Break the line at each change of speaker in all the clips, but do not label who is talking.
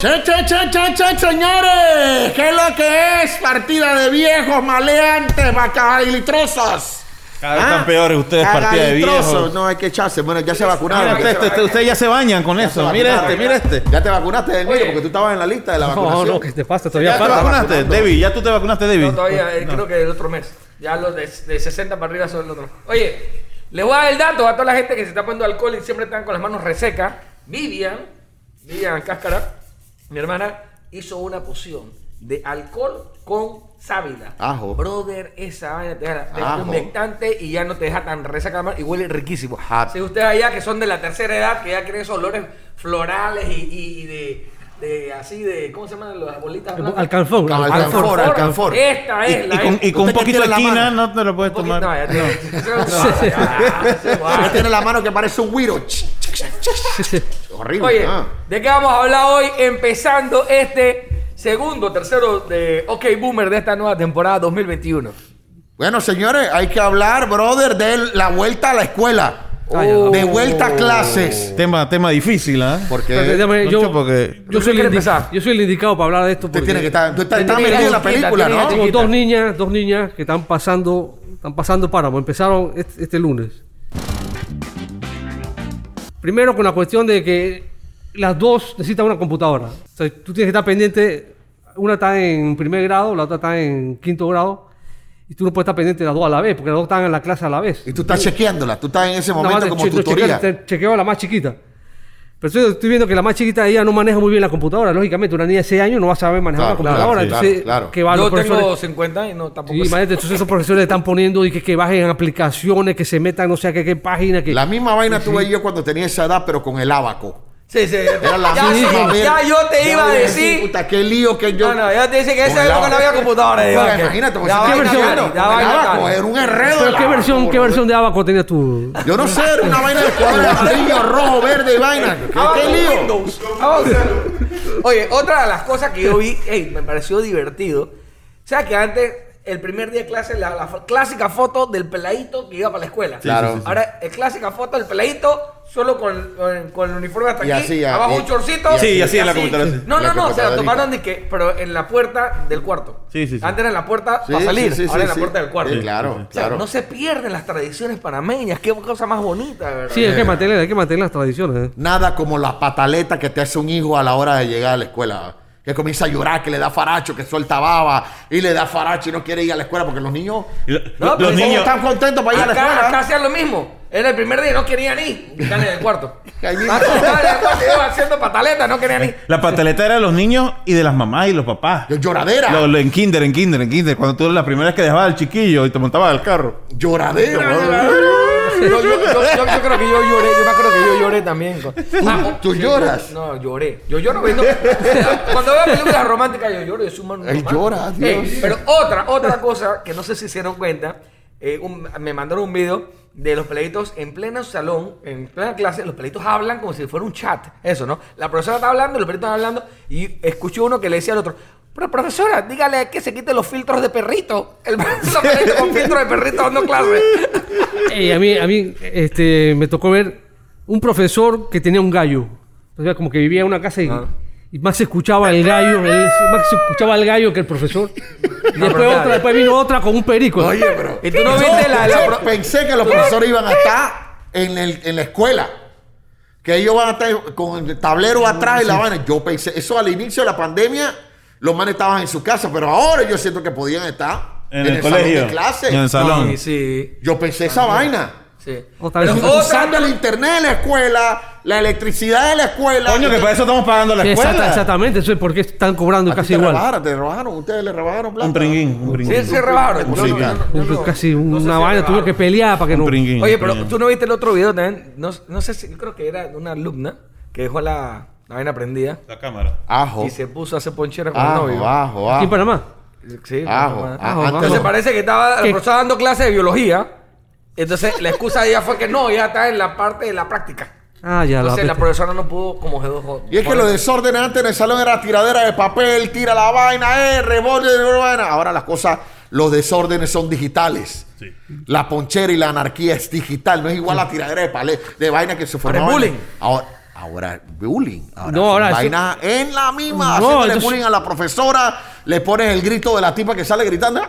Che, che, che, che, che, señores, ¿qué es lo que es? Partida de viejos, maleantes, bacalitrosos.
Cada vez están peores ustedes, partida de viejos.
Ah, No, hay que echarse. Bueno, ya se vacunaron.
Mira,
Ya se
este, este, este,
vacunaron.
ustedes ya se bañan con
Ya se
eso. Mire
vacunaron.
este, mire este.
Ya te vacunaste del niño porque tú estabas en la lista de la
No,
vacunación.
no, que te pasa
¿Ya
todavía.
te
falta.
vacunaste, David?
eh.
¿Ya tú te vacunaste, David?
No, todavía, eh, creo que el otro mes. Ya los de, de 60 para arriba son el otro. Oye, les voy a dar el dato a toda la gente que se está poniendo alcohol y siempre están con las manos resecas. Vivian, Vivian Cáscara, mi hermana, hizo una poción de alcohol con sábila.
Ajo.
Brother, esa vaina te deja te
Ajo.
deja humectante y ya no te deja tan resaca la mano y huele riquísimo.
Ajá.
Si ustedes allá que son de la tercera edad, que ya quieren esos olores florales y, y- y de, de así de, ¿cómo se llaman las bolitas? blancas?
Alcanfor.
Alcanfor, alcanfor.
Esta es
Y
la
con, y con un
¿Usted qué
poquito
tiene
de
en la
quina
mano?
no te lo puedes tomar.
No, ya eh, te-
Ya
Ah, sí,
tiene la mano que parece un güiro. Ch, ch, ch, ch, ch.
guau.
Horrible.
Oye,
ah.
¿de qué vamos a hablar hoy? Empezando este segundo, tercero de OK Boomer de esta nueva temporada 2021.
Bueno, señores, hay que hablar, brother, de la vuelta a la escuela.
Ay, no.
De vuelta a clases.
Tema, tema difícil, ¿ah?
Pero,
Porque
dígame,
No
yo,
sé por qué.
yo, soy el
¿Quiere
indi-
empezar?
yo soy el indicado para hablar de esto.
usted
porque
tiene que estar. Tú estás,
Tiene
estás
que
metido en la
estar chiquita,
película,
tiene
¿no?
que estar
Tengo
chiquita.
dos niñas, dos niñas que están pasando, están pasando páramo. Empezaron este, este lunes. Primero con la cuestión de que las dos necesitan una computadora. O sea, tú tienes que estar pendiente. Una está en primer grado, la otra está en quinto grado. Y tú no puedes estar pendiente de las dos a la vez, porque las dos están en la clase a la vez.
Y tú estás chequeándola, tú estás en ese
Nada más
momento
te
como
che- no,
tutoría.
chequeo- te- chequeo a la más chiquita. Pero estoy, estoy viendo que la más chiquita ella no maneja muy bien la computadora. Lógicamente, una niña de 6 años no va a saber manejar
Claro,
una
claro,
computadora.
sí,
entonces,
claro, claro.
que
Yo
va, los
tengo
profesores,
50 y no tampoco.
Sí,
sé.
imagínate, entonces esos profesores le están poniendo y que, que bajen aplicaciones, que se metan no sé a qué, qué página. Que,
La misma vaina tuve yo cuando tenía esa edad, pero con el abaco.
Sí, sí.
Era la
ya,
misma
sí,
verga.
ya yo te iba a
yo
decir.
Puta, qué lío que yo.
No, no, ya te dice que ese
Con el
es lo que no
abaco.
había computadora.
Oiga,
digo, ok.
imagínate, pues,
Ya
si
va
te
a
iba
ganar,
chequeando,
ya
con
va a
el abaco,
ganar.
era un enredo.
¿Pero
el
¿Qué
abaco,
versión, qué
boludo.
versión de Abaco tenías tú?
Yo no sé, era una vaina de colores amarillo, rojo, verde y vaina. ¿Qué,
Ah,
qué
con
lío?
Windows. Ah, ok. Oye, otra de las cosas que yo vi, ey, me pareció divertido. O sea que antes, el primer día de clase, la, la fo- clásica foto del peladito que iba para la escuela.
Claro. sí, sí, sí.
Ahora, el clásica foto del peladito, solo con, con- con el uniforme hasta
Y
aquí,
así, ya,
abajo
y-
un chorcito.
y Sí,
así. así en la computadora, sí.
No,
La
no, no, se la
computadorita.
tomaron de que, pero en la puerta del cuarto.
Sí, sí, sí.
Antes era en la puerta
Sí,
para salir,
sí, sí,
ahora
sí,
en la
sí.
puerta del cuarto.
Sí, claro,
O sea,
claro.
no se pierden las tradiciones panameñas, qué cosa más bonita, ¿verdad?
Eh.
Sí, hay que mantener, hay que mantener las tradiciones. ¿eh?
Nada como la pataleta que te hace un hijo a la hora de llegar a la escuela. Que comienza a llorar, que le da faracho, que suelta baba y le da faracho y no quiere ir a la escuela porque los niños
Y lo-
No,
lo-
pero
los
¿cómo
niños.
están contentos para ir a la
Acá, acá
escuela.
hacían lo mismo. Era el primer día y no querían ir. Están en el cuarto. Ah,
Ahí mismo.
Estaban en el cuarto, iban haciendo pataletas, no querían ir.
La pataleta era de los niños y de las mamás y los papás.
Yo- lloradera.
Lo- lo- en kinder, en kinder, en kinder. Cuando tú la primera vez que dejabas al chiquillo y te montabas al carro.
Lloradero.
Yo, yo- yo- yo- yo creo que yo lloré, yo me acuerdo que yo lloré también. con- Ah,
tú
sí,
lloras?
yo- No, lloré. Yo lloro viendo. Cuando veo películas románticas, yo lloro, yo soy un man
Él
romántico.
llora, Dios.
Ey, pero otra, otra cosa que no sé si se dieron cuenta, eh, un- me mandaron un video de los peladitos en pleno salón, en plena clase, los peladitos hablan como si fuera un chat. Eso, ¿no? La profesora está hablando, los peladitos están hablando, y escuché uno que le decía al otro. Pero profesora, dígale que se quite los filtros de perrito. El los peladitos con filtros de perrito dando clase.
Ey, a mí, a mí este, me tocó ver un profesor que tenía un gallo. O sea, como que vivía en una casa y,
Ah.
y más se escuchaba el gallo, el- más se escuchaba el gallo que el profesor. Y
No,
después,
pero
otra, después vino otra con un perico.
Oye, pero.
¿Y tú no viste la, la pro-
Pensé que los profesores iban a estar en, el- en la escuela. Que ellos van a estar con el tablero atrás y la van. Yo pensé, eso al inicio de la pandemia, los manes estaban en su casa, pero ahora yo siento que podían estar
En, el,
salón
colegio.
de clase.
En el salón.
Sí, sí.
Yo pensé esa vaina.
sí.
Otra vez.
Pero
Usando
otra-
el internet de la escuela, la electricidad de la escuela.
Coño, que para eso estamos pagando la
Sí,
escuela.
exacta- exactamente, eso es porque están cobrando
A ti
casi
te
igual.
rebajaron, te rebajaron, ustedes le rebajaron plata.
Un pringuín, un
Sí,
pringuín.
se rebajaron. Yo no-
Música.
yo no- yo no-
casi
no sé
una
si
vaina, tuvieron
rebajaron.
que pelear para que
Un
no.
pringuín.
Oye,
un
pero
pringuín.
tú no viste el otro video también. No, no sé si, yo creo que era una alumna que dejó la, la vaina prendida
La cámara.
Ajo.
y se puso a hacer ponchera con el
Ajo,
novio.
ajo,
Aquí
ajo.
en Panamá.
Sí,
Ajo,
mamá.
ajo,
Ajo,
antes-
Entonces parece que estaba la
¿Qué?
profesora dando clase de biología. Entonces la excusa de ella fue que no, ella está en la parte de la práctica.
Ah, ya la
Entonces la
peste.
profesora no pudo como G2.
Y es que lo desórdenes antes en el salón era tiradera de papel, tira la vaina, eh, rebote, eh, vaina. Ahora las cosas, los desórdenes son digitales.
Sí.
La ponchera y la anarquía es digital, no es igual a la tiradera de, pale- de vaina que se formaba.
bullying.
Ahora, Ahora bullying. Ahora,
No, ahora
son
eso-
vainas en la misma.
No,
haciéndole
entonces-
bullying a la profesora, le pones el grito de la tipa que sale gritando. ¡Ah!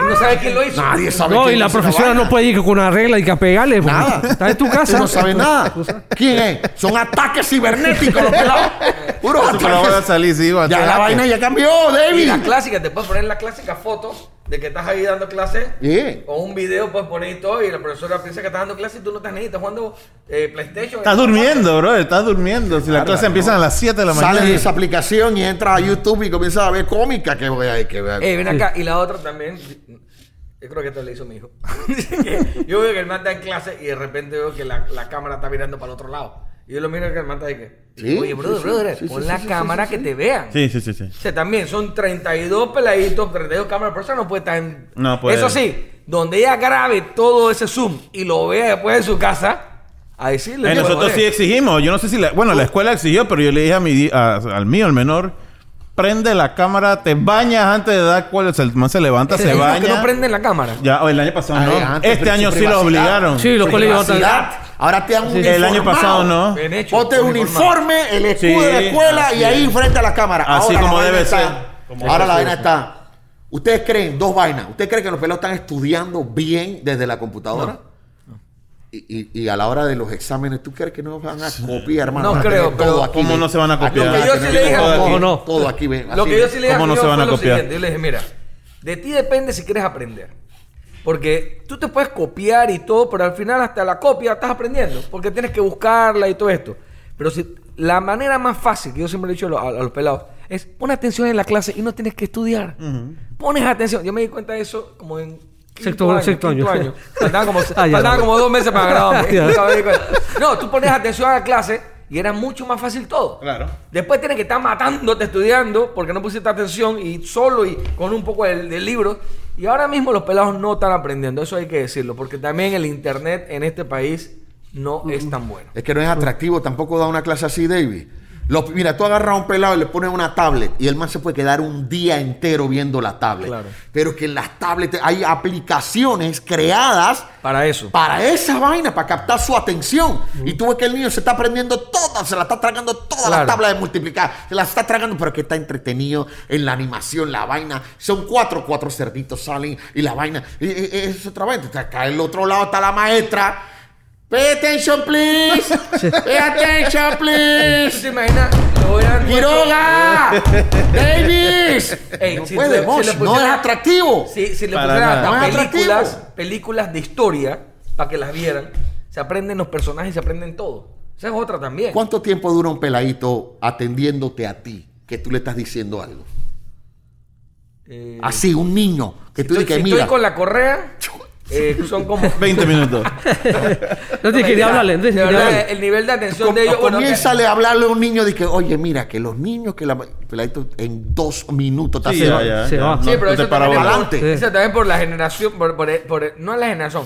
Y no sabes quién lo hizo.
Nadie sabe
No,
quién
y la
hizo esa
profesora
vaina.
no puede ir con una regla y que a pegarle. porque
Nada.
Está en tu casa.
Tú no sabes nada.
Tú sabes.
¿Quién es? Son ataques cibernéticos los pelados. Puros
Eso, Pero ahora
ataques.
salí, sí, va a
Ya la
hacer-
vaina ya cambió,
Y
David.
la clásica, te puedes poner la clásica foto de que estás ahí dando clase.
Sí.
O un video puedes poner y todo. Y la profesora piensa que estás dando clase y tú no estás ni estás jugando eh, PlayStation.
Estás durmiendo, bro. Estás durmiendo. Si las
Bárbaro,
clases empiezan a las 7 de la
Sales de
mañana.
esa aplicación y entras a YouTube y comienzas a ver cómica que voy a que voy a-
Eh, ven acá. Y la otra también. Yo creo que esto le hizo mi hijo. Dice que yo veo que el man está en clase y de repente veo que la, la cámara está mirando para el otro lado. Y yo lo miro que el man está ahí que.
Sí,
Oye,
sí,
brother,
sí,
brother,
sí, sí,
pon
sí,
la
sí, sí,
cámara
sí,
que te vean.
Sí, sí, sí, sí.
O sea, también son 32 peladitos, 32 cámaras, pero esa no puede estar en...
No puede.
Eso sí, donde ella grabe todo ese zoom y lo vea después en su casa, ahí sí le
Eh,
puede
nosotros
joder.
sí exigimos. Yo no sé si la, bueno, la escuela exigió, pero yo le dije a mi, a- al mío, al menor, prende la cámara, te bañas antes de dar cuál. O sea, el man se levanta,
Te
se
digo que
baña.
no prenden la cámara.
Ya, o el año pasado
Ay,
no.
antes,
este
pero
año
su
sí lo
privacidad.
obligaron.
Sí, los colegios van a
Privacidad. Ahora te han
El año
uniformado.
pasado no.
Bien hecho.
Ponte un uniforme, el escudo
Sí,
de la escuela
así
y ahí
es.
frente a la cámara.
Así
Ahora la
como
vaina
debe
está-
ser. Como
ahora la
debe ser.
vaina está. Ustedes creen dos vainas. Ustedes creen que los pelados están estudiando bien desde la computadora. Y, y- y a la hora de los exámenes, ¿tú crees que no van a copiar, hermano?
No
Van a tener
creo, pero
todo aquí,
¿cómo
ven.
Ah, no se van a
Aquí
copiar?
van
Lo Ah, que yo
tener
sí le dije a
todo,
Juanjo,
aquí,
no.
todo aquí, ven.
Lo
así,
que yo
ven.
sí le dije
¿Cómo no
Guido
se van
fue
a
lo
copiar?
siguiente. Yo le dije, mira, de ti depende si quieres aprender. Porque tú te puedes copiar y todo, pero al final hasta la copia estás aprendiendo. Porque tienes que buscarla y todo esto. Pero si la manera más fácil, que yo siempre le he dicho a los, a los pelados, es pon atención en la clase y no tienes que estudiar. Pones atención. Yo me di cuenta de eso como en... quinto
Sexto- sexto
quinto
año.
Faltaban como,
Ah, ya,
faltaban
no.
como dos meses para graduarme.
Ya.
Nunca me di cuenta. No, tú pones atención a la clase y era mucho más fácil todo.
Claro.
Después tienes que estar matándote estudiando porque no pusiste atención y solo y con un poco del del libro. Y ahora mismo los pelados no están aprendiendo, eso hay que decirlo, porque también el internet en este país no es tan bueno.
Es que no es atractivo tampoco da una clase así, David. Los- mira, tú agarras a un pelado y le pones una tablet y el man se puede quedar un día entero viendo la tablet.
Claro.
Pero que en las tablets hay aplicaciones creadas
Para eso.
para esa vaina, para captar su atención. Y tú ves que el niño se está aprendiendo toda, se la está tragando toda la
Claro.
tabla de multiplicar, se la está tragando, pero que está entretenido en la animación, la vaina. Son cuatro, cuatro cerditos salen y la vaina. Y, y- y es otra vaina. Entonces, acá del otro lado está la maestra. Pay attention, please. Pay attention,
¿Tú
please.
te imaginas? Lo hubieran puesto-
Quiroga. Davis.
Ey,
no
si
puede,
le- si
Mosh,
le
no es
pusieran-
atractivo.
Si, si le
Para
pusieran
nada.
hasta
No es atractivo.
películas, películas de historia para que las vieran, se aprenden los personajes y se aprenden todo. Esa es otra también.
¿Cuánto tiempo dura un peladito atendiéndote a ti que tú le estás diciendo algo?
Eh,
Así, un niño que tú
estoy-
dices,
si
mira.
estoy con la correa, eh, son como
20 minutos.
No te quería hablarle. no te
De
quería
verdad,
hablarle.
el nivel de atención
com-
de ellos. bueno,
comiénzale a hablarle a un niño de que, oye, mira, que los niños que la. Peladito, en dos minutos te
Sí,
hace-
ya, ya,
se
ya.
va.
No,
Sí, pero
no te
eso
para
también,
bola.
adelante.
por, eso también por la generación, por, por- por- no la generación,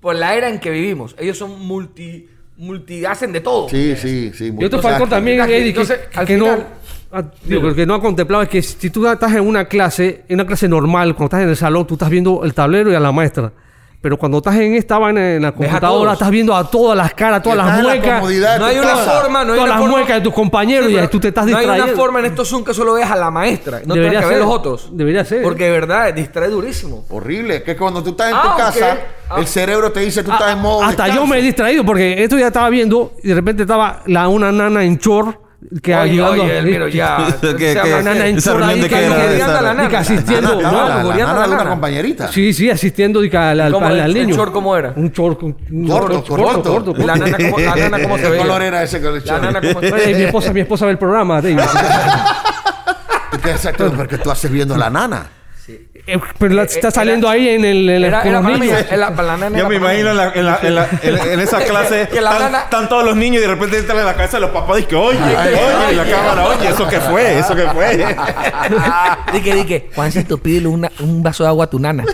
por la era en que vivimos. Ellos son multi, multi hacen de todo.
Sí, sí, sí.
Y
muy-
otro
o sea,
factor también,
Entonces,
Eddie, que,
al
que no,
final-
ah, digo, que no ha contemplado es que si tú estás en una clase, en una clase normal, cuando estás en el salón, tú estás viendo el tablero y a la maestra. Pero cuando estás en esta vaina, en la
Ves a
computadora,
todos.
estás viendo a todas las caras, todas
Estás
las
en la
muecas.
comodidad de
No
tu
hay una
casa.
forma, no hay
Todas
una
las
forma-
muecas de tus compañeros y
pero
ahí tú te estás
No hay
distrayendo.
una forma en estos Zoom que solo veas a la maestra. No
Debería
tienes que ver
ser.
los otros.
Debería ser.
Porque de verdad, distrae durísimo.
Horrible, que cuando tú estás en
Ah,
tu
ok.
casa,
Ah.
el cerebro te dice, tú
Ah,
estás en modo.
hasta
descanso.
yo me he distraído porque esto ya estaba viendo y de repente estaba la, una nana en chor que
Oye,
ayudando
oye,
a-
Elmiro, ya.
¿Qué-
se
qué-
llama
qué-
nana en
esa
chorra
reunión
ahí,
de qué
que
era
googleando
esa?
a la nana.
Y que
La
asistiendo,
nana,
¿no?
la, la, nana
Googleando a
de
la
una
nana.
compañerita.
Sí, sí, asistiendo y que al, al-
¿Cómo?
al- al
¿El
niño.
short cómo era?
Un short. un- un
Corto, corto.
Y La nana, ¿cómo, la nana, ¿cómo se
¿Qué
ve?
color era ese que le
La nana, ¿cómo se
Oye, mi
veía?
esposa, mi esposa ve el programa, David.
¿Qué exacto? Porque tú haces viendo a la nana.
Eh, Pero la- está
era-
saliendo ahí en el. en el-
Era,
con
era
los
para mí,
niños.
era- Ah, la nana era
Yo me
para mí.
imagino en, la- en la- en la- en- en esa clase
Que la
están,
nana-
están todos los niños y de repente entran en la cabeza de los papás y que oye,
Ay,
oye,
ay,
y la
ay.
cámara, oye, ¿eso qué fue? ¿Eso qué fue?
Ah,
Dije, dije, Juancito, pídele una- un vaso de agua a tu nana.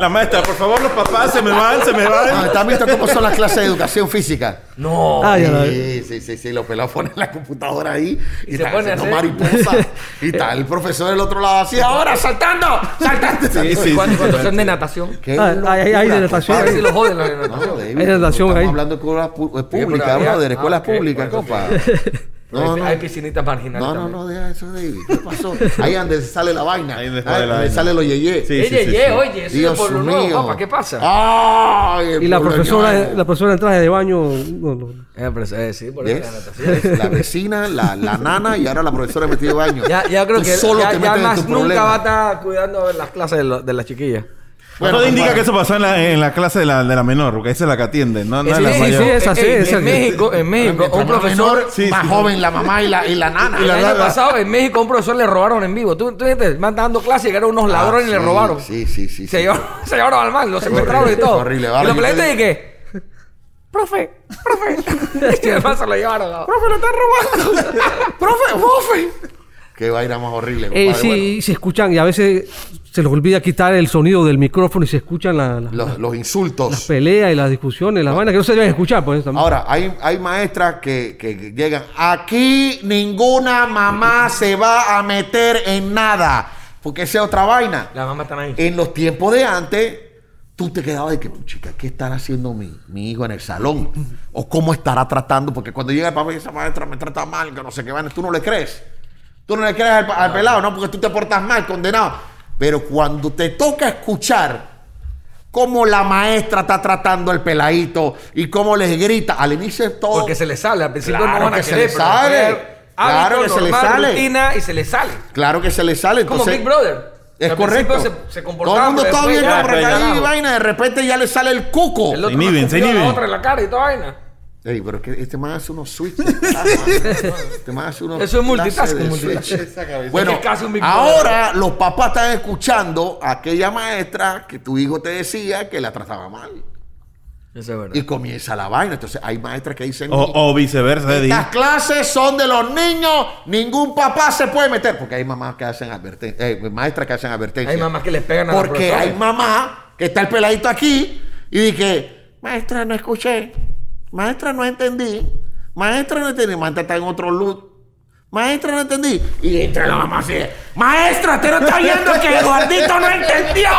La maestra, por favor, los papás se me van, se me
Ah,
van.
¿Estás visto cómo son las clases de educación física?
No.
Ah, ya la-
Sí, sí, sí, sí, los pelados ponen la computadora ahí y,
Y se
están
pone a
haciendo
hacer-
mariposa. y tal, el profesor del otro lado así,
ahora saltando, saltando.
Sí, sí,
Cuando-
sí,
cuando
sí.
son de natación.
Qué
Ah, hay- hay
locura,
dilatación
compadre.
ahí. Sí, lo joden, la dilatación.
No, David,
Hay dilatación
estamos
ahí.
hablando de escuelas pu- eh,
pero
públicas,
había-
brother, de escuelas
ah, ok,
públicas,
bueno,
compadre. No,
hay,
no.
hay piscinitas marginales.
No, no,
también.
no, deja eso, David. ¿Qué pasó? Ahí donde sale la vaina.
Ahí
Ahí
donde
donde
sale la vaina.
sale los yeyé.
Sí,
Oye, oye, oye, eso
Dios
es pueblo nuevo,
mío. Ah.
papá, ¿qué pasa?
Ay, el
Y la
pueblo
profesora,
nuevo.
la profesora en traje de baño. no, no.
Eh, pero, eh, sí, por eso la
¿Ves?
natación.
La vecina, la, la nana y ahora la profesora de metido de baño.
Ya, ya creo
Tú
que
solo
ya,
te
ya
metes en
más
tus
nunca
problemas.
va a estar cuidando las clases de, lo- de las chiquillas.
Bueno,
Todo indica
compadre.
que eso pasó en la, en la clase de la, de la menor, porque esa es la que atiende, no, no es
Ese-
la
ese-
mayor.
sí, es así,
ey,
es
en
así.
México, en México,
Mientras
un
más
profesor.
menor,
Sí,
más
sí.
joven la mamá y la, y la nana.
El año
nana.
pasado en México a un profesor le robaron en vivo. ¿Tú, tú viste? Me andan dando clase, llegaron unos
Ah,
ladrones y le
sí,
robaron.
Sí, sí, sí.
se,
sí.
llevaron, se llevaron al man, lo secuestraron y
horrible,
todo.
fue horrible,
y
vale,
los
yo te
peleantes dije, profe, profe. y además se lo llevaron. ¿no?
¡Profe, lo están robando! ¡Profe, profe! Qué vaina más horrible,
Eh,
compadre.
sí,
Bueno,
y se escuchan y a veces se les olvida quitar el sonido del micrófono y se escuchan la-
los,
la-
los
las
insultos.
peleas y las discusiones, las vainas que no se deben escuchar. Pues, también.
Ahora, hay, hay maestras que, que llegan. Aquí ninguna mamá se va a meter en nada. Porque esa es otra vaina.
Las mamás están ahí.
En los tiempos de antes, tú te quedabas de que, chica, ¿qué estará haciendo mi, mi hijo en el salón? ¿O cómo estará tratando? Porque cuando llega el papá y esa maestra me trata mal, que no sé qué vaina, tú no le crees. Tú no le crees al, al pelado, ¿no? Porque tú te portas mal, condenado. Pero cuando te toca escuchar cómo la maestra está tratando al peladito y cómo les grita, al inicio es todo...
Porque se les sale. Al principio
Claro
no van a
que se
querer.
les
pero van a
sale.
tener hábito
Claro que se les
normal,
sale.
rutina y se les sale.
Claro que se le sale.
Como
entonces-
Big Brother.
Es
Al
correcto.
principio Se, se
Todo el
comportaban,
mundo
pero
está
después
bien
ya-
ahí
ya-
vaina, de repente ya le sale el cuco.
El otro
Se inhiben,
más
se
confiado,
inhiben.
la otra en la cara y toda vaina.
Ey, pero es que este man hace unos switches. este man hace unos
Eso es
clases
multitasking,
de
multitasking.
switch.
Esa cabeza.
Bueno,
Es casi un Big
ahora los papás están escuchando a aquella maestra que tu hijo te decía que la trataba mal.
Eso es verdad.
Y comienza la vaina. Entonces hay maestras que dicen...
O, o viceversa, Oh, Eddie.
Estas clases son de los niños, ningún papá se puede meter. Porque hay mamás que hacen advertencias, maestras que hacen advertencias.
Hay mamás que les pegan a los
Porque hay
profesores.
mamá que está el peladito aquí y dije, maestra, no escuché. Maestra, no entendí. Maestra, no entendí. Maestra, está en otro look. Maestra, no entendí. Y entra la mamá así. Maestra, usted no está viendo que Eduardito no entendió.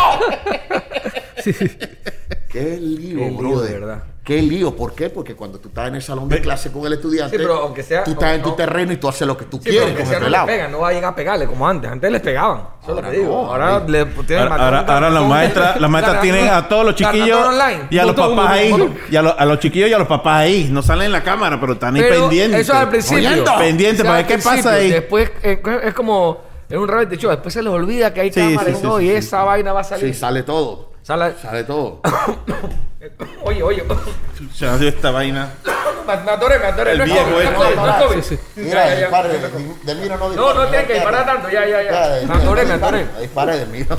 Qué lío,
Qué lío,
brother.
de verdad.
Qué lío. ¿por qué? Porque cuando tú estás en el salón de clase con el estudiante,
Sí, pero aunque sea-
tú estás en tu
no.
terreno y tú haces lo que tú
Sí, pero
quieres
aunque
con
sea,
el
no les
pelado.
pegan, no va a llegar a pegarle como antes. Antes les pegaban. Eso es lo
Ahora
que digo.
no,
ahora
amigo.
le tienen
Ahora, ahora, ahora las maestras, las maestras tienen a todos los chiquillos y a los papás ahí. Y a, los- a los chiquillos y a los papás ahí. No salen en la cámara, pero están ahí pendientes.
Eso es al principio.
Oyendo.
Pendientes
Eso es
para
al
ver qué
principio.
pasa ahí.
Después eh, es como en un reality show. Después se les olvida que hay
Sí,
cámara
sí,
y
sí,
todo,
sí,
y
sí.
esa vaina va a
Sí,
salir.
sale todo.
Sale-
Sale todo.
Eh, Oye, oye.
Ya nació esta vaina.
me atoré, me atoré.
El
no es
viejo
COVID,
este.
no es COVID, no es COVID.
Sí, sí.
Mira,
Ya, ya, ya.
dispare, di- de mira no dispare.
No, no tiene que disparar tanto. Ya, ya, ya. Me atoré, me atoré.
Dispare de mira.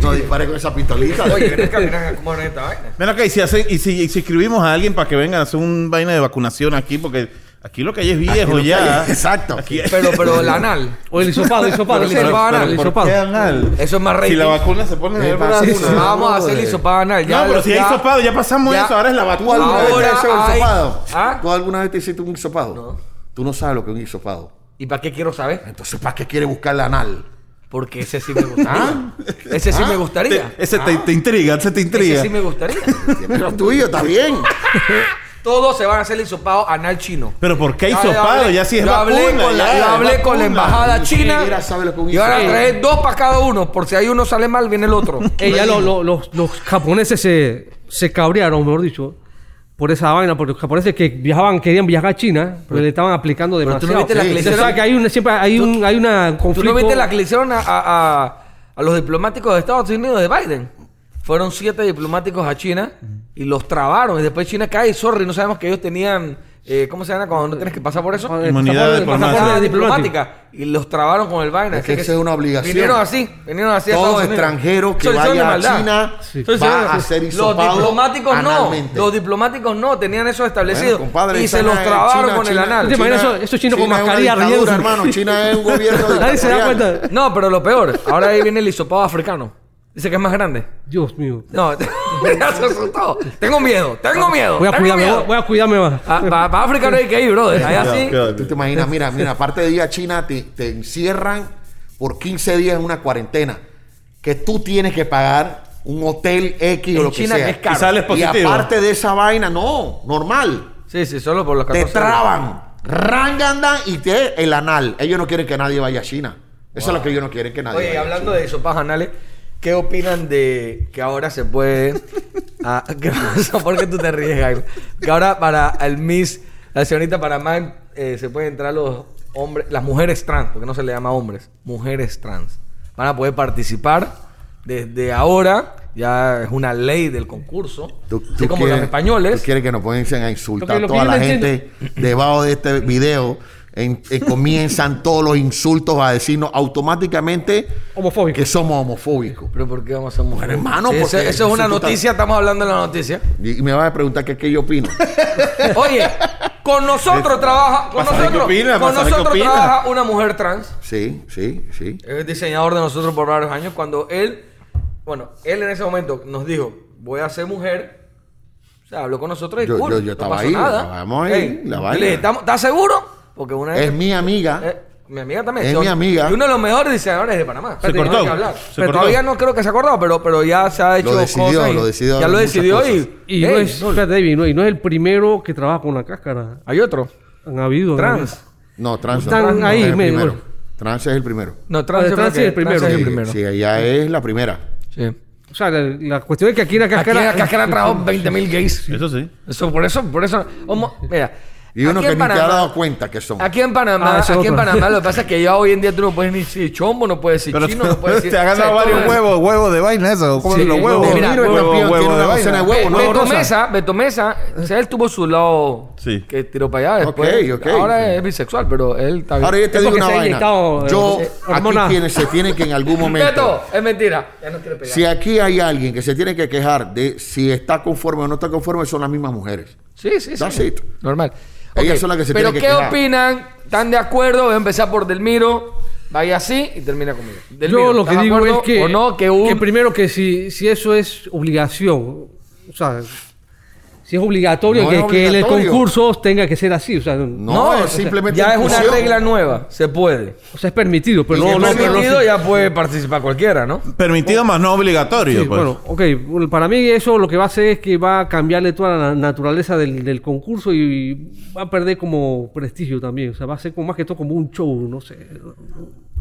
No dispare con esa pistolita.
Oye, ven acá, mira cómo era esta vaina.
Ven acá, y si, hacen, y si, y si escribimos a alguien para que venga a hacer un vaina de vacunación aquí, porque aquí lo que hay es
Aquí
viejo
lo que
ya.
hay- exacto.
Aquí-
Pero, pero el anal.
O el hisopado, el hisopado, el
Pero- pero-
hisopado,
pero-
el
¿Por
hisopado.
qué anal?
Eso es más rey.
Si la vacuna se pone en el
Sí,
brazo.
sí,
¿no?
sí.
No, vamos a hacer
Brother.
hisopado anal. Ya,
no, pero si hay
ya-
hisopado, ya pasamos
ya-
eso. Ahora es la
¿Tú
vacuna.
alguna vez te
Ahora
has hecho un
hay-
hisopado?
¿Ah?
¿Tú alguna vez te hiciste un hisopado?
No.
Tú no sabes lo que es un hisopado.
¿Y para qué quiero saber?
Entonces, ¿para qué quiere buscar la anal?
Porque ese sí me gustaría. Ese sí me gustaría.
Ah. Te- ese te, te intriga, ese te intriga.
Ese sí me gustaría.
Pero tuyo, está bien.
Todos se van a hacer el hisopado anal chino.
Pero ¿por qué
Ya
hisopado?
hablé-
Ya si es
yo hablé
vacuna.
con la,
ya,
yo
es
hablé con la
vacuna.
embajada
Sí,
china.
mira, sabe lo que un
Y ahora
hisopado.
traer dos para cada uno. Por si hay uno sale mal, viene el otro.
Eh, ya lo- lo- los, los japoneses se, se cabrearon, mejor dicho, por esa vaina, porque los japoneses que viajaban, querían viajar a China, pero le estaban aplicando
Pero tú
demasiado.
no viste la que le
Usted
hicieron-
sabe que hay una, siempre hay un, hay una
¿Tú
conflicto.
no viste la que le hicieron a, a- a- a los diplomáticos de Estados Unidos de Biden? Fueron siete diplomáticos a China y los trabaron. Y después China cae y sorry, no sabemos que ellos tenían. eh, ¿Cómo se llama cuando no tienes que pasar por eso?
Eh,
Inmunidad
pasaporte-
diplomática.
pasaporte
Pasaporte
diplomático.
diplomática. Y los trabaron con el vaina.
Es
Así
que esa es una obligación.
Vinieron así. Vinieron así a
Todo
Estados Unidos.
extranjero que
Solución de
vaya a
maldad.
China
Sí.
va a ser
Los
hisopado
diplomáticos no.
analmente.
Los diplomáticos no. Tenían eso establecido.
Bueno, compadre,
y se
China
los
es-
trabaron
China-
con
China-
el anal.
Sí, imagina eso- esos chinos con
China es una
mascarilla
dictadura,
riéndose.
hermano. China es un gobierno
Nadie se da
dictatorial.
cuenta.
No, pero lo peor. Ahora ahí viene el hisopado africano. Dice que es más grande.
Dios mío.
No, ya se asustó. Tengo miedo. Tengo miedo.
Voy a
tengo
cuidarme,
miedo. Ah,
voy- voy a cuidarme más.
Para África no hay que ir, brother. Allá
Ya,
sí.
quédate.
Tú te imaginas, mira, mira, aparte de ir a China, te, te encierran por 15 días en una cuarentena, que tú tienes que pagar un hotel X o
En
lo
China,
que sea.
que es caro.
Y sales
y
positivo.
aparte de esa vaina, no, normal.
Sí, sí, solo por los
Te
14
traban, rangandan y te el anal. Ellos no quieren que nadie vaya a China. Eso es lo que ellos no quieren que nadie
Oye, y
vaya a
hablando
China.
de sopas anales, ¿qué opinan de que ahora se puede. Ah, ¿Qué pasa? ¿Por qué tú te ríes, Jaime? Que ahora para el Miss, la señorita Panamá, eh, se pueden entrar los hombres, las mujeres trans, porque no se le llama hombres, mujeres trans. Van a poder participar desde ahora, ya es una ley del concurso.
Tú-
Así
tú
como
quieres-
los españoles.
Tú quieres que nos comiencen a insultar.
Porque lo que
Toda
yo
la
no
gente debajo de este video en- eh, comienzan todos los insultos a decirnos automáticamente
Homofóbico.
que somos homofóbicos.
Pero ¿por qué vamos a ser mujeres?
hermano,
Sí, eso,
porque
eso es una
si tú estás-
noticia, estamos hablando de la noticia.
Y, y me vas a preguntar que qué yo opino.
Oye, con nosotros trabaja, con
Pásale, ¿qué
nosotros,
opina?
con
Pásale, ¿qué
nosotros
opina?
trabaja una mujer trans.
Sí, sí, sí.
Es diseñador de nosotros por varios años. Cuando él, bueno, él en ese momento nos dijo, voy a ser mujer. O sea, habló con nosotros y
Yo-
cool,
yo- yo
no
estaba
pasó
ahí,
nada.
estábamos ahí,
Ey,
la
yo
vaina.
le dije, "¿Estamos- ¿estás seguro? Porque una vez-
Es mi amiga.
eh, mi amiga también.
Es
Son-
mi amiga.
Y uno de los mejores diseñadores de Panamá.
Se
Espérate,
cortó,
no hay que hablar.
se
Pero
cortó.
todavía no creo que se ha acordado, pero, pero ya se ha hecho
decidió,
cosas. y-
lo decidió
Ya lo
muchas
decidió
cosas.
y...
Y no
ey,
es, espérate, David, no, y no es el primero que trabaja con la cáscara.
Hay otro.
Han habido.
Trans.
No, trans. no.
Están
Trans no,
ahí,
es el
medio,
primero.
bueno.
Trans es el primero.
No, trans,
Ah,
yo
trans
creo
es
que
el primero.
trans es el
Sí,
primero.
sí, ella es la primera.
Sí.
O sea, la, la cuestión es que aquí en la
Aquí
cáscara.
la Cascara trajo 20.000 gays.
Eso sí.
Eso, por eso, por eso. homo- mira.
Y uno
aquí
que
en
ni te ha
Panamá-
dado cuenta que son.
Aquí en Panamá,
Ah, eso es
aquí en
otro.
Panamá, lo que pasa es que ya hoy en día tú no puedes ni decir chombo, no puedes decir
Pero
chino, no puedes decir.
te ha
o sea,
ganado
todo
varios
es-
huevos, huevos de vaina eso. ¿Cómo
Sí,
los
huevo
huevos?
de vino,
huevo,
campeón,
huevo
tiene una
de
docena
vaina.
de huevos,
Be-
¿no?
Beto
Rosa.
Mesa, Beto Mesa, o sea, él tuvo su lado
Sí.
que tiró para allá. Después,
Ok, ok.
Ahora es bisexual, pero él está bien.
Ahora yo te
Es
digo
porque
una
se ha
vaina.
inyectado, eh,
Yo,
eh,
aquí
hormona.
quienes se tienen que en algún momento.
Beto, es mentira. Ya no quiere pegar.
Si aquí hay alguien que se tiene que quejar de si está conforme o no está conforme, son las mismas mujeres.
Sí, sí,
That's
sí.
it.
Normal.
Ellas
Ok,
son las que se
Pero
tienen que
¿qué
quejar.
opinan? ¿Están de acuerdo? Voy a empezar por Delmiro. Vaya así y termina conmigo. Delmiro,
Yo lo que
¿estás de
digo es
acuerdo
que,
O no, que un...
primero que si, si eso es obligación, o sea, si es obligatorio,
No
que,
es
que en el
obligatorio.
concurso tenga que que ser así, o sea,
No, es simplemente
ya es una
inclusión.
regla nueva. Se puede.
o sea, es permitido, pero
Y
no,
es
no, pero no-
Permitido, ya puede participar cualquiera, ¿no?
Permitido más no obligatorio.
Sí,
pues.
bueno, ok, bueno, para mí eso lo que va a hacer es que va a cambiarle toda la naturaleza del, del concurso y va a perder como prestigio también, o sea, va a ser como más que todo como un show, no sé.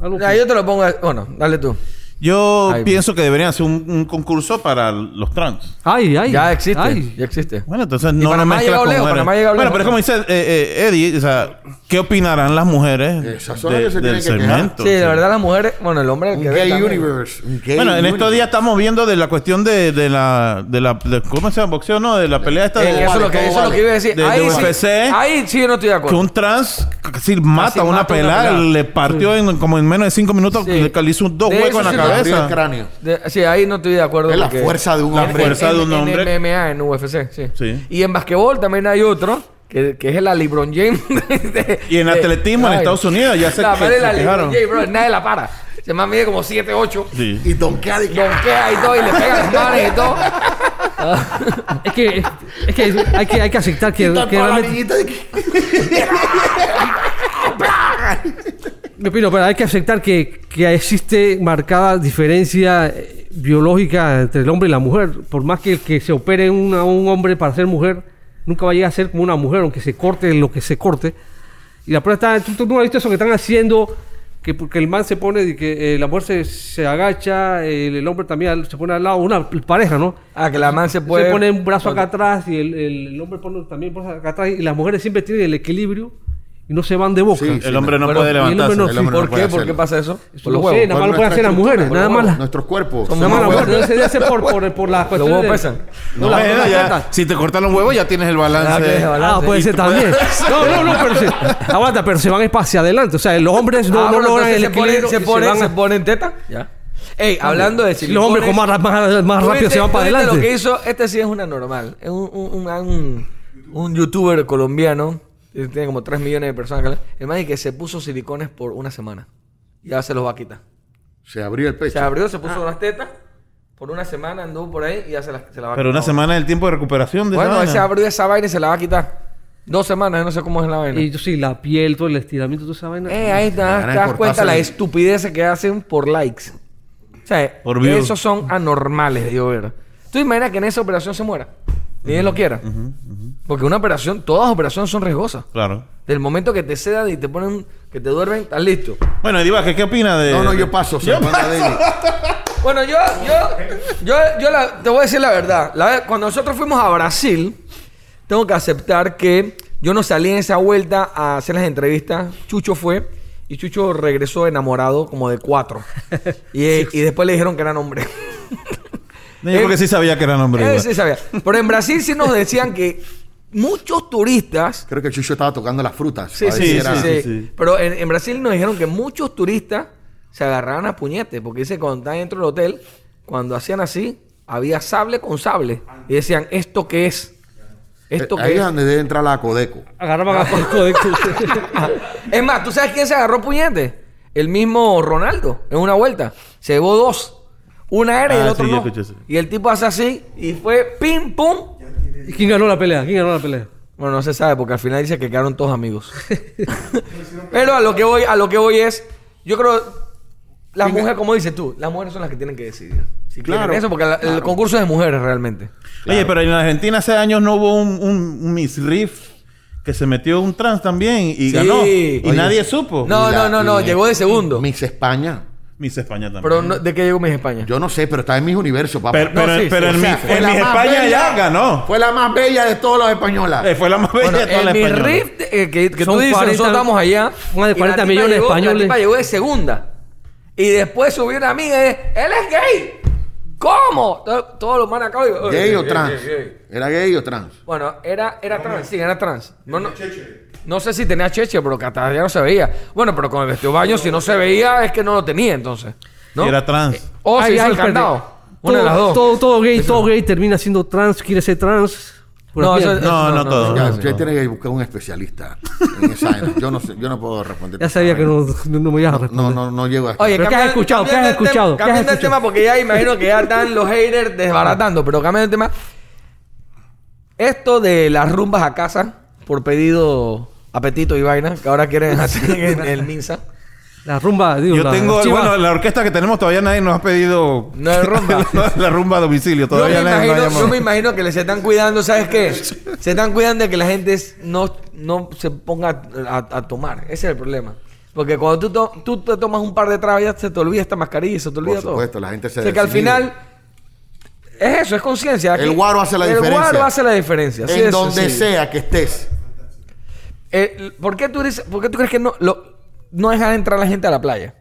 algo
Ya,
que-
yo te lo pongo... Bueno, dale tú.
Yo
Ay,
pienso que deberían hacer un, un concurso para los trans.
Ay, ay.
ya existe.
ay.
Ya existe.
Bueno, entonces no lo
Panamá ha
mezclas
llegado
con
lejos,
mujeres.
Panamá ha llegado
Bueno, pero es como
lejos.
dice eh, eh, Eddie, o sea, ¿qué opinarán las mujeres
Esas son las que se
del
tienen que quejar.
segmento?
Sí,
O
la
sea,
verdad las mujeres... Bueno, el hombre... el
Un
que ve
gay
también.
universe. un gay
Bueno, en estos
universe.
días estamos viendo de la cuestión de, de la, de la de- ¿cómo se llama? Boxeo, ¿no? De la pelea esta
Eh,
de,
eso es lo que,
vale,
eso es lo
vale.
que iba a decir.
De- de
ahí, sí,
UFC.
ahí sí yo no estoy de
que
acuerdo.
un trans casi mata a una
mata a una
pelada,
pelada.
le partió en, como en menos de cinco minutos,
Sí.
le, le hizo dos
De eso
huecos en la
sí
Se le abrió el
cabeza.
cráneo.
De- sí, ahí no estoy de acuerdo.
Es la
porque-
fuerza de un
La
hombre.
fuerza de un
en-
hombre.
En MMA, en UFC, sí.
Sí.
Y en basquetbol también hay otro, que, que es el LeBron James. de-
Y en
de-
atletismo en
Ay.
Estados Unidos ya se,
La
que-
madre
se
de la LeBron
quejaron.
James, bro, nadie la para. Se más mide como 7, 8.
Sí.
Y donkea de
Donkea y todo, y le pega las manos y todo.
Es que, es, es que hay que hay que aceptar que,
Tal
que
cual,
realmente-
amiguita, de que-
Yo opino, pero hay que aceptar que, que existe marcada diferencia eh, biológica entre el hombre y la mujer. Por más que el que se opere una- un hombre para ser mujer, nunca va a llegar a ser como una mujer, aunque se corte lo que se corte. Y la prueba está, tú, tú no has visto eso que están haciendo, que porque el man se pone, y que eh, la mujer se, se agacha, el, el hombre también al- se pone al lado, una pareja, ¿no?
Ah, que la man se puede.
se pone un brazo acá atrás y el, el- el hombre pone también brazo acá atrás y las mujeres siempre tienen el equilibrio y no se van de boca.
Sí,
El hombre no
Bueno,
puede
y el
hombre
levantarse.
no-
El hombre
¿Por
no
qué?
puede
¿Por qué
hacerlo.
pasa eso?
Eso
Por los
no sé,
huevos.
nada más lo
Por
pueden
nuestra
hacer las mujeres,
estructura,
nada
por
más. las-
Nuestros cuerpos.
Somos
Nada más las
Los
mujeres, no se debe hacer por, por, por las
Los
cuestiones.
huevos
de-
pesan.
No,
las
bueno,
cosas
ya,
pesan.
si te cortan los huevos ya tienes el
Ah,
balance.
ok,
Ah,
balance.
puede
Y
ser
tú-
también. No, no, no, pero se, aguanta, pero se van es hacia adelante. O sea, los hombres no,
Ah,
no
bueno,
logran
entonces
el
se ponen-
equilibrio.
Se
y
ponen,
van
se
a-
ponen teta. Ya. Ey, hablando de
y los hombres con
silicones,
más, más, más
¿tú
rápido
viste-
se van
tú
para
viste
adelante.
Lo que hizo, este sí es una normal. Es un, un, un, un- un youtuber colombiano. que Tiene como 3 millones de personas. que le- El man y que se puso silicones por una semana. Ya se los va a quitar.
Se abrió el
Se
pecho.
abrió, se puso unas tetas. Por una semana anduvo por ahí y ya se las se la va a
Pero
quitar.
una semana es el tiempo de recuperación de esa
Bueno, él
vaina.
se abrió esa vaina y se la va a quitar. Dos semanas, no sé cómo es la vaina.
Y yo sí, la piel, todo el estiramiento, toda esa vaina.
Eh, ahí
Ganas
te das,
de
te das cuenta
cortárselo.
la estupidez que hacen por likes. O sea,
Por views.
esos son anormales de llover. Tú imaginas que en esa operación se muera. Ni él lo quiera. Porque una operación, todas operaciones son riesgosas.
Claro.
Del momento que te sedan y te ponen, que te duermen, estás listo.
Bueno, Ediva, ¿qué, ¿qué opina de.?
No, no, yo paso. se lo manda Daily.
Bueno, yo, yo, yo, yo la- te voy a decir la verdad. La ve- cuando nosotros fuimos a Brasil, tengo que aceptar que yo no salí en esa vuelta a hacer las entrevistas. Chucho fue y Chucho regresó enamorado como de cuatro. Y, eh, y después le dijeron que era hombre.
No, yo creo que sí sabía que era nombre.
Él
Ediva.
sí sabía. Pero en Brasil sí nos decían que muchos turistas
Creo que Chucho estaba tocando las frutas.
Sí,
A ver
sí,
si
sí,
era- Eh,
sí,
sí,
sí.
sí.
Pero en, en Brasil nos dijeron que muchos turistas se agarraban a puñetes, porque dice cuando estaban dentro del hotel, cuando hacían así, había sable con sable. Y decían, ¿esto qué es? ¿Esto
Eh,
qué
Ahí es
es?
donde debe entrar la Codeco.
Agarraban a Paco de
Es más, ¿tú sabes quién se agarró puñetes? El mismo Ronaldo, en una vuelta. Se llevó dos. Una era y
Ah,
el
sí,
otro
yo
no.
escuché eso.
Y el tipo hace así y fue pim pum.
¿Y quién ganó la pelea? ¿Quién ganó la pelea?
Bueno, no se sabe porque al final dice que quedaron todos amigos. Pero a lo que voy, a lo que voy es, yo creo las mujeres, como dices tú, las mujeres son las que tienen que decidir. Si
Claro,
claro. Eso porque la- el concurso es de mujeres realmente.
Oye, pero en Argentina hace años no hubo un, un- un Miss Riff que se metió un trans también y
Sí.
ganó. Y
Oye.
nadie supo.
No,
Y la-
no, no, no,
y-
llegó de segundo.
Miss España.
Miss España también.
Pero no- de qué llegó Miss España.
Yo no sé, pero está en mis universos, papá.
pero,
no,
pero-
sí,
pero
sí,
en,
o sea,
Miss-
Fue
en
la
Miss
más
España
bella-
ya ganó.
Fue la más bella de todas las españolas.
Eh, fue la más bella
Bueno,
de todas las
el Miss
españolas.
Riff eh, que, que tú
Son
dices,
40
nosotros estábamos allá.
más de
y la
40
tipa
millones de
llegó-
españoles.
La tipa llegó de segunda. Y después subió una amiga y dice, él es gay. ¿Cómo? To- Todos los manes acá. oye, oye,
¿Gay o
gay,
trans?
gay, gay.
¿Era gay o trans?
Bueno, era, era trans, sí, era trans. No, no, no sé si tenía cheche, pero Catalina no se veía. Bueno, pero con el vestido de baño, si no se veía, es que no lo tenía entonces. ¿no? Eh,
Y era trans.
O si
Ay,
hizo
ay,
Oh, el candado.
espérate.
Una de
Todo-
las dos.
Todo, todo gay, todo gay termina siendo trans, quiere ser trans. Por
No,
aquí,
eso-
ya-
No, no, todo.
Ya,
no,
usted
no.
tiene que buscar un especialista en esa área. Yo no sé, yo no puedo responder.
ya sabía que no, no- no me ibas a
No,
responder.
no, no llego a...
Oye,
¿Pero qué has
cambiando-
escuchado? ¿Qué has
cambiando el tem-
escuchado? ¿Qué has
Cambiando el
escuchado?
tema, porque ya imagino que ya están los haters desbaratando, pero cambiando el tema. Esto de las rumbas a casa, por pedido apetito y vaina, que ahora quieren hacer en el Minsa.
La rumba, digo,
Yo
la-
tengo,
las chivas.
bueno, la orquesta que tenemos todavía nadie nos ha pedido
No es rumba.
la rumba a domicilio,
Yo me,
todavía nadie
imagino,
nos ha
yo
llamado.
me imagino que les están cuidando, ¿sabes qué? Se están cuidando de que la gente es- no, no se ponga a, a- a tomar. Ese es el problema. Porque cuando tú, to- tú te tomas un par de tragos ya se te olvida esta mascarilla, se te olvida todo.
supuesto, la gente se
O sea, que al
desinhibe.
final es eso, es conciencia. Aquí-
El guaro hace la
El
diferencia.
guaro hace la diferencia. así
en
de
donde
sencillo.
sea que estés.
Eh, ¿por, qué tú dices- por qué tú crees que no, lo, no dejan entrar la gente a la playa?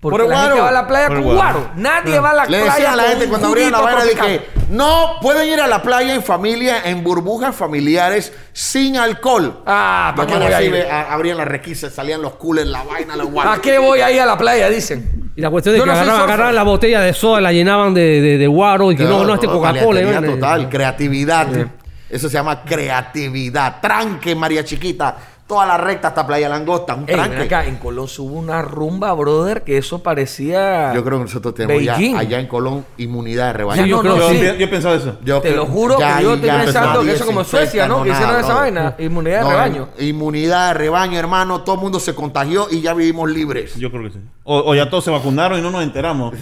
Porque
Por el
la gente
guaro.
va a la playa
Por el
con
guaro.
guaro. Nadie va a la
Le
playa
decía a la
con
gente
un
cuando abrieron la
juguito
vaina de
tropical.
que no pueden ir a la playa en familia, en burbujas familiares, sin alcohol.
Ah, ¿para qué
Porque
voy a
así
ir?
ve- a- abrían las requisas, salían los coolers, la vaina, la guardia.
¿A qué voy ahí a la playa? Dicen.
Y la cuestión es
Yo
que
no soy
agarraban,
surfer.
agarraban la botella de soda, la llenaban de, de, de guaro y que no, no, este Coca-Cola.
paleatería
¿no?
Total, creatividad.
Eh.
Eso se llama creatividad. Tranque, María Chiquita. Toda la recta hasta Playa Langosta. Un
Ey, ven
tranque.
acá, en Colón hubo una rumba, brother, que eso parecía.
Yo creo que nosotros tenemos ya,
Beijing.
allá en Colón inmунidad de rebaño.
Ya,
Sí, yo
no,
creo
no,
Yo,
que
sí.
pi- yo he pensado eso.
Yo
Te
creo-
lo juro que
ya
yo
ahí
estoy
ya
pensando que
nadie
eso como
se
Suecia,
infecta,
¿no? Que hicieron
nada,
esa
brother.
vaina, inmunidad de
No,
rebaño.
Inmunidad de rebaño, hermano. Todo el mundo se contagió y ya vivimos libres.
Yo creo que sí. O, o ya todos se vacunaron y no nos enteramos.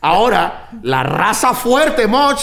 Ahora, la raza fuerte, Moch.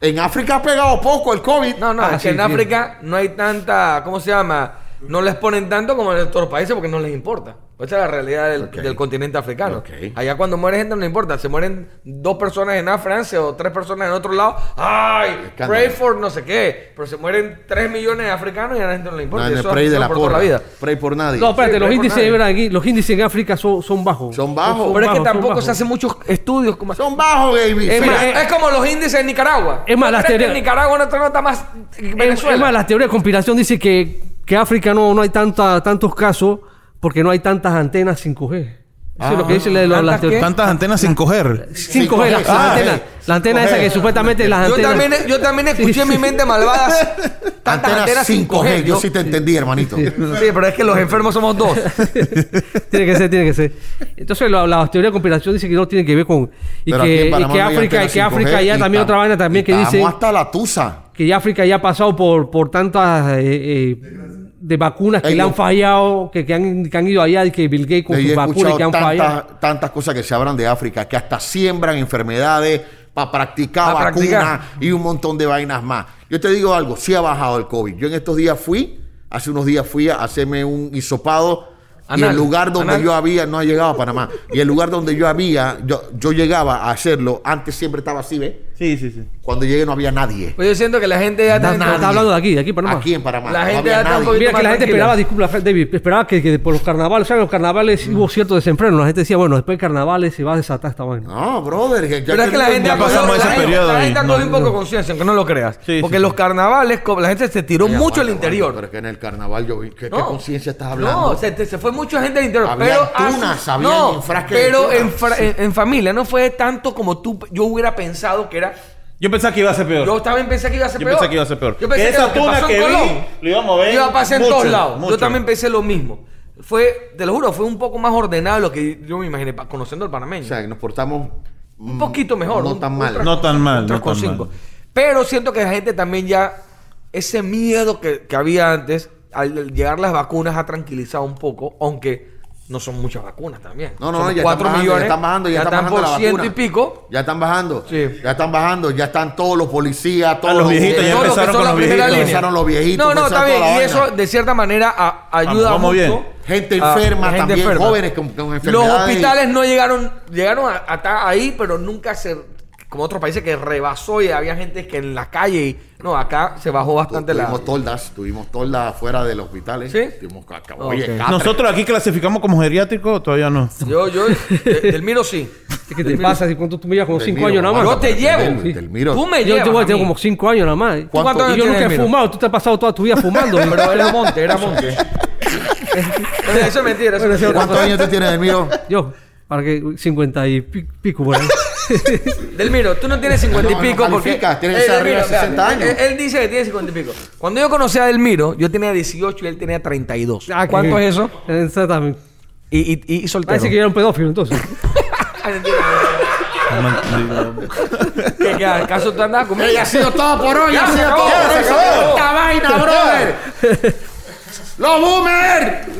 En África ha pegado poco el COVID.
No, no,
Ah,
es
sí,
que en
bien.
África no hay tanta. ¿Cómo se llama? No les ponen tanto como en otros países porque no les importa. Pues Esa es la realidad del,
Ok.
del continente africano.
Ok.
Allá cuando muere gente no le importa. Se mueren dos personas en Francia o tres personas en otro lado. ¡Ay!
Escándalo.
Pray for no sé qué. Pero se mueren tres millones de africanos y a la gente no le importa.
No, en
Y
el
eso
pray de
no
la
por toda
porra.
la vida.
Pray por nadie.
No, espérate,
Sí,
los
no hay
índices,
por nadie.
¿verdad? aquí, los índices en África son, son bajos.
Son bajos.
Pero es que
bajos, son
tampoco
bajos.
se hacen muchos estudios como
Son bajos, baby.
Es,
Sí.
más,
eh,
es como los índices en Nicaragua.
es más,
¿Tú
las
crees que
teorías-
en Nicaragua no está más que
Es,
Venezuela?
es más, las teorías de conspiración dicen que, que África no, no hay tanta, tantos casos porque no hay tantas antenas 5G. Eso es lo que dicen los- los- las
¿Tantas qué?
teorías.
Tantas antenas sin coger.
5G, la,
Ah,
la antena,
sí.
la antena
5G.
esa que supuestamente las
Yo
antenas.
también, yo también escuché en mi mente malvadas tantas
Antena
antenas
5G.
5G.
Yo
yo-
sí te entendí, hermanito.
Sí, pero es que los enfermos somos dos.
tiene que ser, tiene que ser. Entonces, la, la teoría de conspiración dice que no tiene que ver con. Y
Pero aquí en
que, y
Panamá
que
no hay
África, y
antena
que
5G,
África ya
y
también
tam-
otra vaina también que
y estamos
dice
hasta la tusa.
que ya África ya ha pasado por, por tantas eh, eh, de vacunas que
Ey,
le
yo-
han fallado, que, que han, que han ido allá y que Bill Gates con
Yo
sus
he
vacunas
escuchado
que han fallado.
tantas, tantas cosas que se hablan de África, que hasta siembran enfermedades para practicar
Pa'
vacunas
practicar.
y un montón de vainas más. Yo te digo algo, sí ha bajado el COVID. Yo en estos días fui, hace unos días fui a hacerme un hisopado y
Anal.
el lugar donde
Anal.
yo había, no ha llegado a Panamá, y el lugar donde yo había, yo, yo llegaba a hacerlo, antes siempre estaba así, ¿ves?
Sí, sí, sí.
Cuando llegué no había nadie.
Pues yo siento que la gente ya
Está,
está.
está hablando de aquí, de aquí, Panamá.
Aquí en Panamá.
La
no
gente
había
ya está un
nadie.
poquito-
Mira que la
más
gente
tranquila.
esperaba, disculpa, David, esperaba que, que por los carnavales, o sea, en los carnavales
Mm.
hubo cierto desenfreno. La gente decía, bueno, después de carnavales se va a desatar esta vaina.
No, brother. ya- ya
Pero es que la gente
Ya
ha cogido-
pasamos
la
ese
gente-
periodo
La
y
gente ha
no-
cogido un poco
no.
de conciencia, aunque no lo creas.
Sí,
Porque
sí,
los
sí.
carnavales, como la gente se tiró
Ya,
mucho al
bueno,
interior.
bueno, Pero es que en el carnaval yo vi. ¿Qué, qué
No.
conciencia estás
No,
hablando?
se, te- se fue mucha gente al interior.
Había
pero a-
tunas, había
no,
en frasque de
pero
tunas.
en, fra- en- en familia no fue tanto como tú. Yo hubiera pensado que era.
Yo pensaba que iba a ser peor.
Yo también pensé que iba a ser
Yo
peor.
pensé que iba a ser peor.
Yo pensé
Que
que,
esa
lo que
tuna
pasó en
que vi,
Colón
lo íbamos a ver
Iba a pasar en
mucho,
todos lados.
mucho.
Yo también pensé lo mismo. Fue, te lo juro, fue un poco más ordenado de lo que yo me imaginé, pa- conociendo al panameño.
O sea, que nos portamos. mm,
un poquito mejor.
No
un-
tan
un
mal.
tres-
No tan mal,
un tres
no
con
tan
cinco.
mal.
Pero siento que la gente también ya. Ese miedo que, que había antes, al llegar las vacunas, ha tranquilizado un poco, aunque no son muchas vacunas también.
No, no, no,
Son
ya están
cuatro
bajando,
millones,
ya están bajando, ya, están, bajando
por
la
ciento
vacuna.
y pico.
Ya están bajando.
Sí.
Ya están bajando, ya están todos los policías, todos
los viejitos, ya
Todo lo Eh, que
empezaron
son
con
la
los
primera
viejitos.
línea.
Empezaron los viejitos,
No, no, está
empezaron
bien.
toda la
Y
vaina.
eso, de cierta manera, a- ayuda
vamos
mucho
bien.
Gente
a-
enferma
a gente
también,
enferma.
jóvenes con, con
Los
enfermedades.
hospitales no llegaron, llegaron a- hasta ahí, pero nunca se, como otros países que rebasó y había gente que en la calle, y- no, acá se bajó bastante la...
Tuvimos toldas, tuvimos toldas fuera del hospital. ¿eh?
¿Sí?
Tuvimos caca-
Ok.
Oye, capre.
Nosotros aquí clasificamos como geriátrico, todavía no.
Yo, yo, eh, de- del miro sí.
¿Qué te pasa? ¿Y cuánto tú me llevas como
Del
5
miro,
años nada más?
Yo te llevo.
Del- del miro.
Tú me
Yo
llevas.
tengo,
a
tengo
mí.
como 5 años nada más.
cuántos
Y
años
yo nunca
tienes,
he
Miro?
fumado. Tú te has pasado toda tu vida fumando.
Pero era monte, era monte. Pero eso es mentira. Eso es mentira.
¿Cuántos años tú tienes, Elmiro?
yo, para que 50 y pi- pico, bueno.
Del Miro, tú no tienes 50 y
No, no
pico porque. Eh,
califica, tiene que ser
Del
arriba de
Miro,
60 años.
Eh, Él, él dice que tiene 50 y pico. Cuando yo conocí a Del Miro, yo tenía 18 y él tenía 32.
Ah, que-
¿Cuánto es eso?
Exactamente.
Y, y, y soltero.
Parece que yo era un pedófilo entonces.
¿Qué, qué, ¿Acaso tú andabas conmigo?
Ey, ha sido todo por hoy, ha sido todo por hoy.
se acabó.
¡Esta vaina, brother! ¡Los boomers!